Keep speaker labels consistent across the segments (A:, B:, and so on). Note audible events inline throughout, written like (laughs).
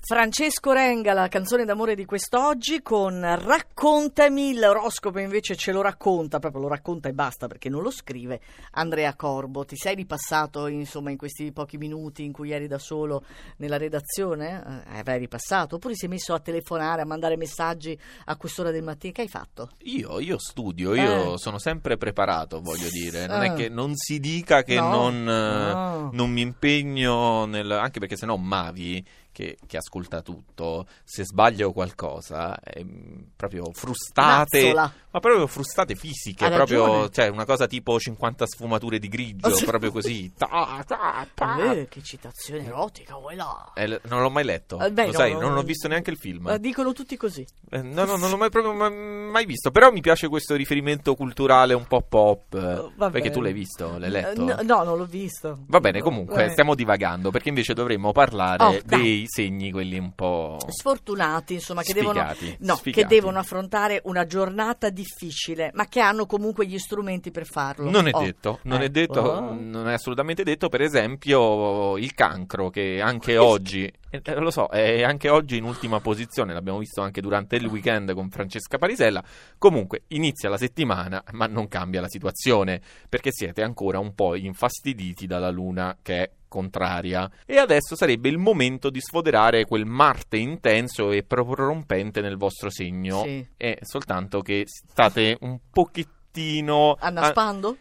A: Francesco Renga, la canzone d'amore di quest'oggi con Raccontami, l'oroscopo invece ce lo racconta, proprio lo racconta e basta perché non lo scrive Andrea Corbo. Ti sei ripassato insomma in questi pochi minuti in cui eri da solo nella redazione? Eh, avrai ripassato? Oppure sei messo a telefonare, a mandare messaggi a quest'ora del mattino? Che hai fatto?
B: Io, io studio, io
A: Eh.
B: sono sempre preparato, voglio dire. Non
A: Eh.
B: è che non si dica che
A: No.
B: non, eh,
A: No.
B: non mi impegno nel... Anche perché sennò Mavi, che, che ascolta tutto, se sbaglio qualcosa, è mm, proprio frustate...
A: Mazzola. Eh,
B: Ma proprio frustate fisiche,
A: Ha
B: proprio...
A: ragione.
B: Cioè, una cosa tipo 50 sfumature di grigio,
A: Oh, (laughs) sì.
B: proprio così. Ta, ta, ta.
A: Eh, che citazione erotica, vuoi là?
B: Eh, l- non l'ho mai letto,
A: Eh, beh,
B: lo
A: no,
B: sai,
A: no,
B: non
A: no.
B: ho visto neanche il film.
A: Ma Eh, dicono tutti così.
B: Eh, No, no, non l'ho mai, proprio ma- mai visto. Però mi piace questo riferimento culturale un po' pop. eh,
A: Oh, va
B: perché
A: bene.
B: tu l'hai visto, l'hai letto.
A: No, no, non l'ho visto.
B: Va bene, comunque,
A: Eh.
B: stiamo divagando. Perché invece dovremmo parlare
A: Oh, dai.
B: dei segni, quelli un po'.
A: Sfortunati, insomma, che devono,
B: sfigati,
A: no, che
B: sfigati.
A: devono affrontare una giornata difficile, ma che hanno comunque gli strumenti per farlo.
B: Non è
A: Oh,
B: detto, non
A: eh,
B: è detto,
A: oh.
B: non è assolutamente detto. Per esempio, il cancro, che anche oggi, eh, lo so, è anche oggi in ultima posizione. L'abbiamo visto anche durante il weekend con Francesca Parisella. Comunque, inizia la settimana, ma non cambia la situazione perché siete ancora un po' infastiditi dalla luna che è contraria e adesso sarebbe il momento di sfoderare quel Marte intenso e prorompente nel vostro segno
A: Sì.
B: è soltanto che state un pochettino ah,
A: Annaspando?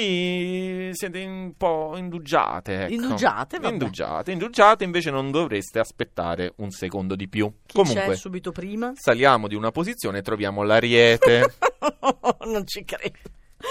B: sì, siete un po' indugiate. Ecco.
A: Indugiate, vabbè.
B: Indugiate, indugiate, invece non dovreste aspettare un secondo di più.
A: Chi c'è
B: Comunque,
A: subito prima?
B: saliamo di una posizione e troviamo l'ariete.
A: (laughs) non ci credo.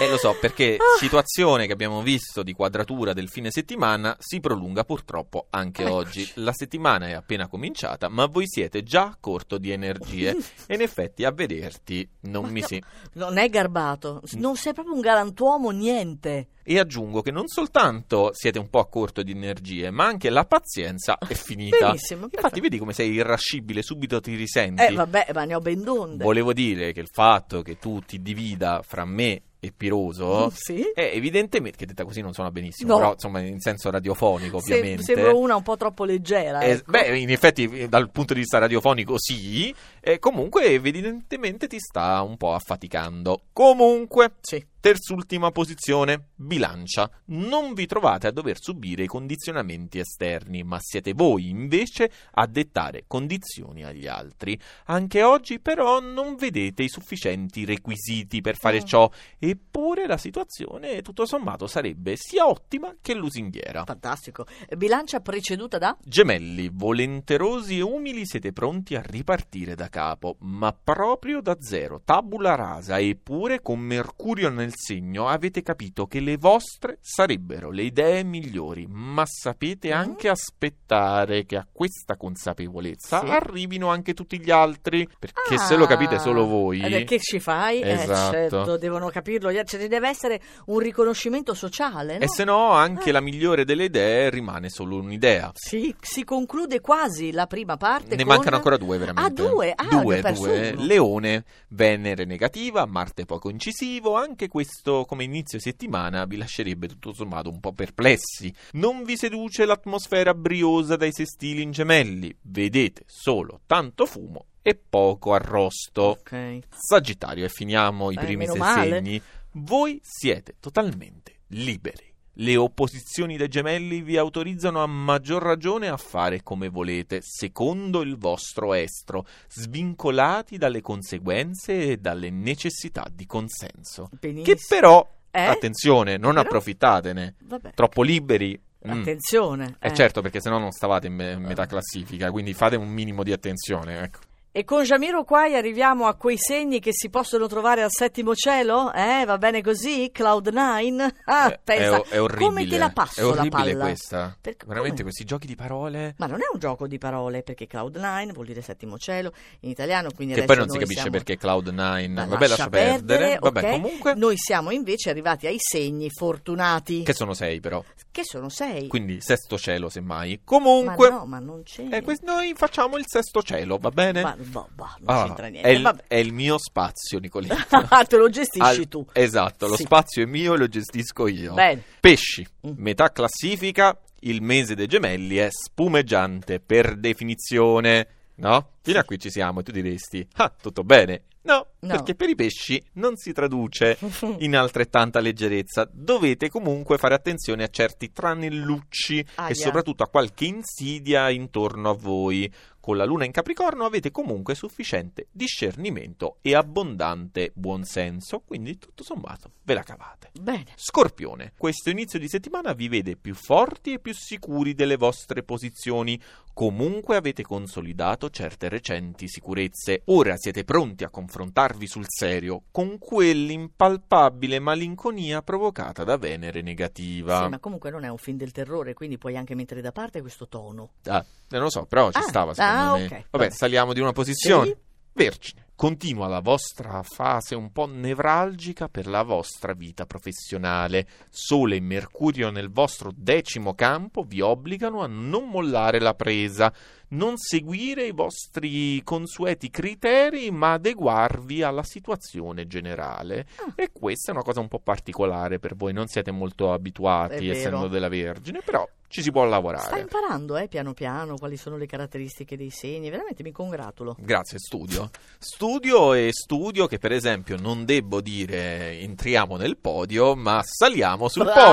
B: e Eh, lo so perché
A: Ah.
B: situazione che abbiamo visto di quadratura del fine settimana si prolunga purtroppo anche
A: Eccoci.
B: oggi. La settimana è appena cominciata, ma voi siete già a corto di energie.
A: (laughs)
B: e in effetti a vederti non
A: Ma
B: mi
A: no.
B: si
A: Non è garbato, s- non sei proprio un galantuomo, niente.
B: E aggiungo che non soltanto siete un po' a corto di energie, ma anche la pazienza è finita.
A: Ah, Benissimo.
B: Infatti, vedi come sei irascibile, subito ti risenti.
A: Eh vabbè, ma ne ho ben donde.
B: Volevo dire che il fatto che tu ti divida fra me
A: (laughs)
B: e Piroso.
A: Sì?
B: è evidentemente, che detta così non suona benissimo,
A: No.
B: però insomma in senso radiofonico
A: Se-
B: ovviamente.
A: sembro una un po' troppo leggera.
B: Eh,
A: ecco.
B: beh, in effetti eh, dal punto di vista radiofonico sì, eh, comunque evidentemente ti sta un po' affaticando. Comunque,
A: Sì.
B: terz'ultima posizione, bilancia. Non vi trovate a dover subire i condizionamenti esterni, ma siete voi invece a dettare condizioni agli altri. Anche oggi però non vedete i sufficienti requisiti per fare
A: Mm.
B: ciò, eppure la situazione tutto sommato sarebbe sia ottima che lusinghiera.
A: Fantastico. Bilancia preceduta da?
B: Gemelli, volenterosi e umili siete pronti a ripartire da capo, ma proprio da zero, tabula rasa, eppure con Mercurio nel segno avete capito che le vostre sarebbero le idee migliori, ma sapete
A: Mm.
B: anche aspettare che a questa consapevolezza
A: Sì.
B: arrivino anche tutti gli altri, perché se
A: Ah.
B: lo capite solo voi...
A: Eh, beh, che ci fai? Eh,
B: Esatto.
A: certo, devono capirlo. gli altri. Cioè, ci deve essere un riconoscimento sociale, no?
B: E se no anche
A: Eh.
B: la migliore delle idee rimane solo un'idea.
A: Sì, si conclude quasi la prima parte.
B: Ne
A: con-
B: mancano ancora due, veramente.
A: Ah, due? Ah, ne ho
B: due,
A: perso
B: due.
A: uno.
B: Leone, Venere negativa, Marte poco incisivo. Anche questo, come inizio settimana, vi lascerebbe tutto sommato un po' perplessi. Non vi seduce l'atmosfera briosa dai sestili in gemelli. Vedete solo tanto fumo e poco arrosto.
A: Ok.
B: Sagittario, e finiamo i
A: Eh,
B: primi
A: meno
B: sei
A: male.
B: segni. Voi siete totalmente liberi. Le opposizioni dei gemelli vi autorizzano a maggior ragione a fare come volete, secondo il vostro estro, svincolati dalle conseguenze e dalle necessità di consenso.
A: Benissimo.
B: Che però,
A: Eh?
B: attenzione, non
A: Però-
B: approfittatene.
A: Vabbè.
B: Troppo liberi. Mm.
A: Attenzione.
B: Eh
A: eh.
B: certo, perché sennò non stavate in me- in metà classifica, quindi fate un minimo di attenzione, ecco.
A: E con Jamiro Quai arriviamo a quei segni che si possono trovare al settimo cielo? Eh, va bene così? Cloud9? (laughs) Ah,
B: Eh,
A: pensa.
B: è, è orribile.
A: Come te la passo
B: è orribile
A: la palla?
B: questa.
A: Perché-
B: Veramente
A: come?
B: questi giochi di parole.
A: Ma non è un gioco di parole, perché Cloud9 vuol dire settimo cielo in italiano, quindi
B: Che
A: adesso
B: poi non si
A: noi
B: capisce
A: siamo-
B: perché Cloud9.
A: Ma
B: Vabbè, lascia perdere. Vabbè,
A: ok?
B: comunque.
A: Noi siamo invece arrivati ai segni fortunati,
B: Che sono sei, però.
A: che sono sei.
B: Quindi sesto cielo, semmai.
A: ma
B: Comunque.
A: no, ma non c'è.
B: eh, quest- noi facciamo il sesto cielo, va bene?
A: Ma boh, boh, non
B: Ah,
A: c'entra niente.
B: è, il,
A: Vabbè. (laughs)
B: è il mio spazio, Nicoletta.
A: Ah, te lo gestisci
B: Al-
A: tu.
B: Esatto, lo
A: Sì.
B: spazio è mio e lo gestisco io.
A: Bene.
B: Pesci,
A: Mm.
B: metà classifica, il mese dei gemelli è spumeggiante per definizione, no? Fino a qui ci siamo e tu diresti, ah, tutto bene. No,
A: No.
B: perché per i pesci non si traduce in altrettanta leggerezza. Dovete comunque fare attenzione a certi tranellucci
A: (laughs) Aia.
B: e soprattutto a qualche insidia intorno a voi. Con la luna in Capricorno avete comunque sufficiente discernimento e abbondante buonsenso, quindi tutto sommato ve la cavate.
A: Bene.
B: Scorpione, questo inizio di settimana vi vede più forti e più sicuri delle vostre posizioni. Comunque avete consolidato certe recenti sicurezze. Ora siete pronti a confrontarvi sul serio con quell'impalpabile malinconia provocata da Venere negativa.
A: Sì, ma comunque non è un film del terrore, quindi puoi anche mettere da parte questo tono.
B: Ah, non lo so, però ci
A: Ah,
B: stava
A: ah,
B: secondo me.
A: ok,
B: Vabbè,
A: vabbè.
B: saliamo di una posizione.
A: Sì.
B: Vergine. Continua la vostra fase un po' nevralgica per la vostra vita professionale. Sole e Mercurio nel vostro decimo campo vi obbligano a non mollare la presa, non seguire i vostri consueti criteri, ma adeguarvi alla situazione generale.
A: Ah.
B: E questa è una cosa un po' particolare per voi, non siete molto
A: È
B: abituati
A: vero.
B: essendo della Vergine, però ci si può lavorare.
A: Sta imparando, eh, piano piano, quali sono le caratteristiche dei segni. Veramente mi congratulo.
B: Grazie, studio. Studio e studio che per esempio non debbo dire entriamo nel podio, ma saliamo sul podio.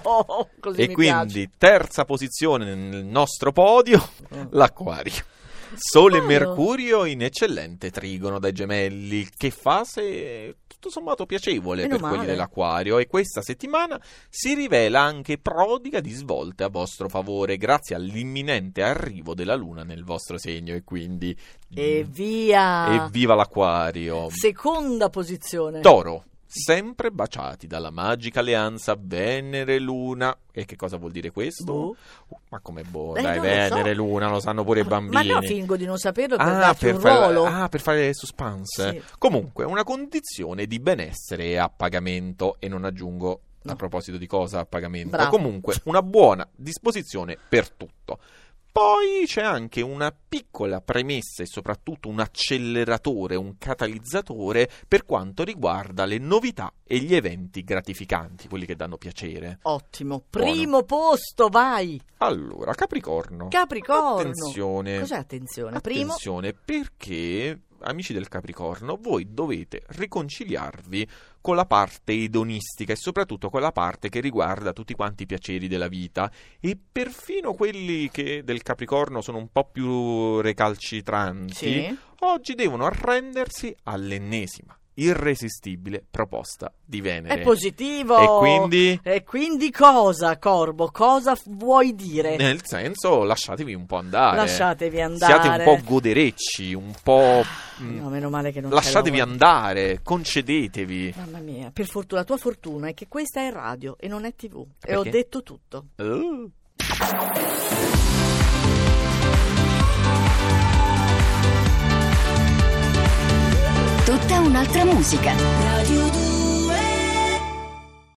A: Bravo! (laughs) Così
B: E
A: mi
B: quindi terza posizione nel nostro podio, (laughs)
A: piace.
B: l'acquario. Sole e
A: Ah.
B: Mercurio in eccellente trigono dai gemelli, che fase tutto sommato piacevole
A: Meno
B: per quelli
A: male.
B: dell'acquario e questa settimana si rivela anche prodiga di svolte a vostro favore grazie all'imminente arrivo della luna nel vostro segno e quindi mm,
A: E via!
B: Evviva l'acquario!
A: Seconda posizione.
B: Toro, sempre baciati dalla magica alleanza Venere-Luna. E che cosa vuol dire questo?
A: Boh.
B: Uh, Ma come boh,
A: Eh,
B: dai,
A: non lo so.
B: Venere-Luna lo sanno pure i bambini.
A: Ma no, fingo di non saperlo per
B: Ah
A: darti
B: per,
A: un
B: fare-
A: ruolo.
B: ah, per fare suspense.
A: Sì.
B: Comunque, una condizione di benessere e appagamento. E non aggiungo a
A: No.
B: proposito di cosa appagamento.
A: Bravo.
B: Comunque, una buona disposizione per tutto. Poi c'è anche una piccola premessa e soprattutto un acceleratore, un catalizzatore per quanto riguarda le novità e gli eventi gratificanti, quelli che danno piacere.
A: Ottimo.
B: Buono.
A: Primo posto, vai!
B: Allora, Capricorno.
A: Capricorno.
B: Attenzione.
A: Cos'è attenzione? Primo,
B: Attenzione perché, amici del Capricorno, voi dovete riconciliarvi con la parte edonistica e soprattutto con la parte che riguarda tutti quanti i piaceri della vita e perfino quelli che del Capricorno sono un po' più recalcitranti,
A: sì.
B: Eh. oggi devono arrendersi all'ennesima, irresistibile proposta di Venere.
A: È Oh. positivo.
B: E quindi...
A: E quindi cosa, Corbo? Cosa f- vuoi dire?
B: Nel senso, lasciatevi un po' andare.
A: Lasciatevi andare.
B: Eh,
A: Ah.
B: Siate un po' goderecci, un po'. mm,
A: No, meno male che non c'è
B: Lasciatevi
A: l'uomo.
B: andare, concedetevi.
A: Mamma mia, per fortuna, la tua fortuna è che questa è radio e non è tv. E ho
B: Perché?
A: detto tutto.
B: Uh.
C: Tutta un'altra musica.
D: Radio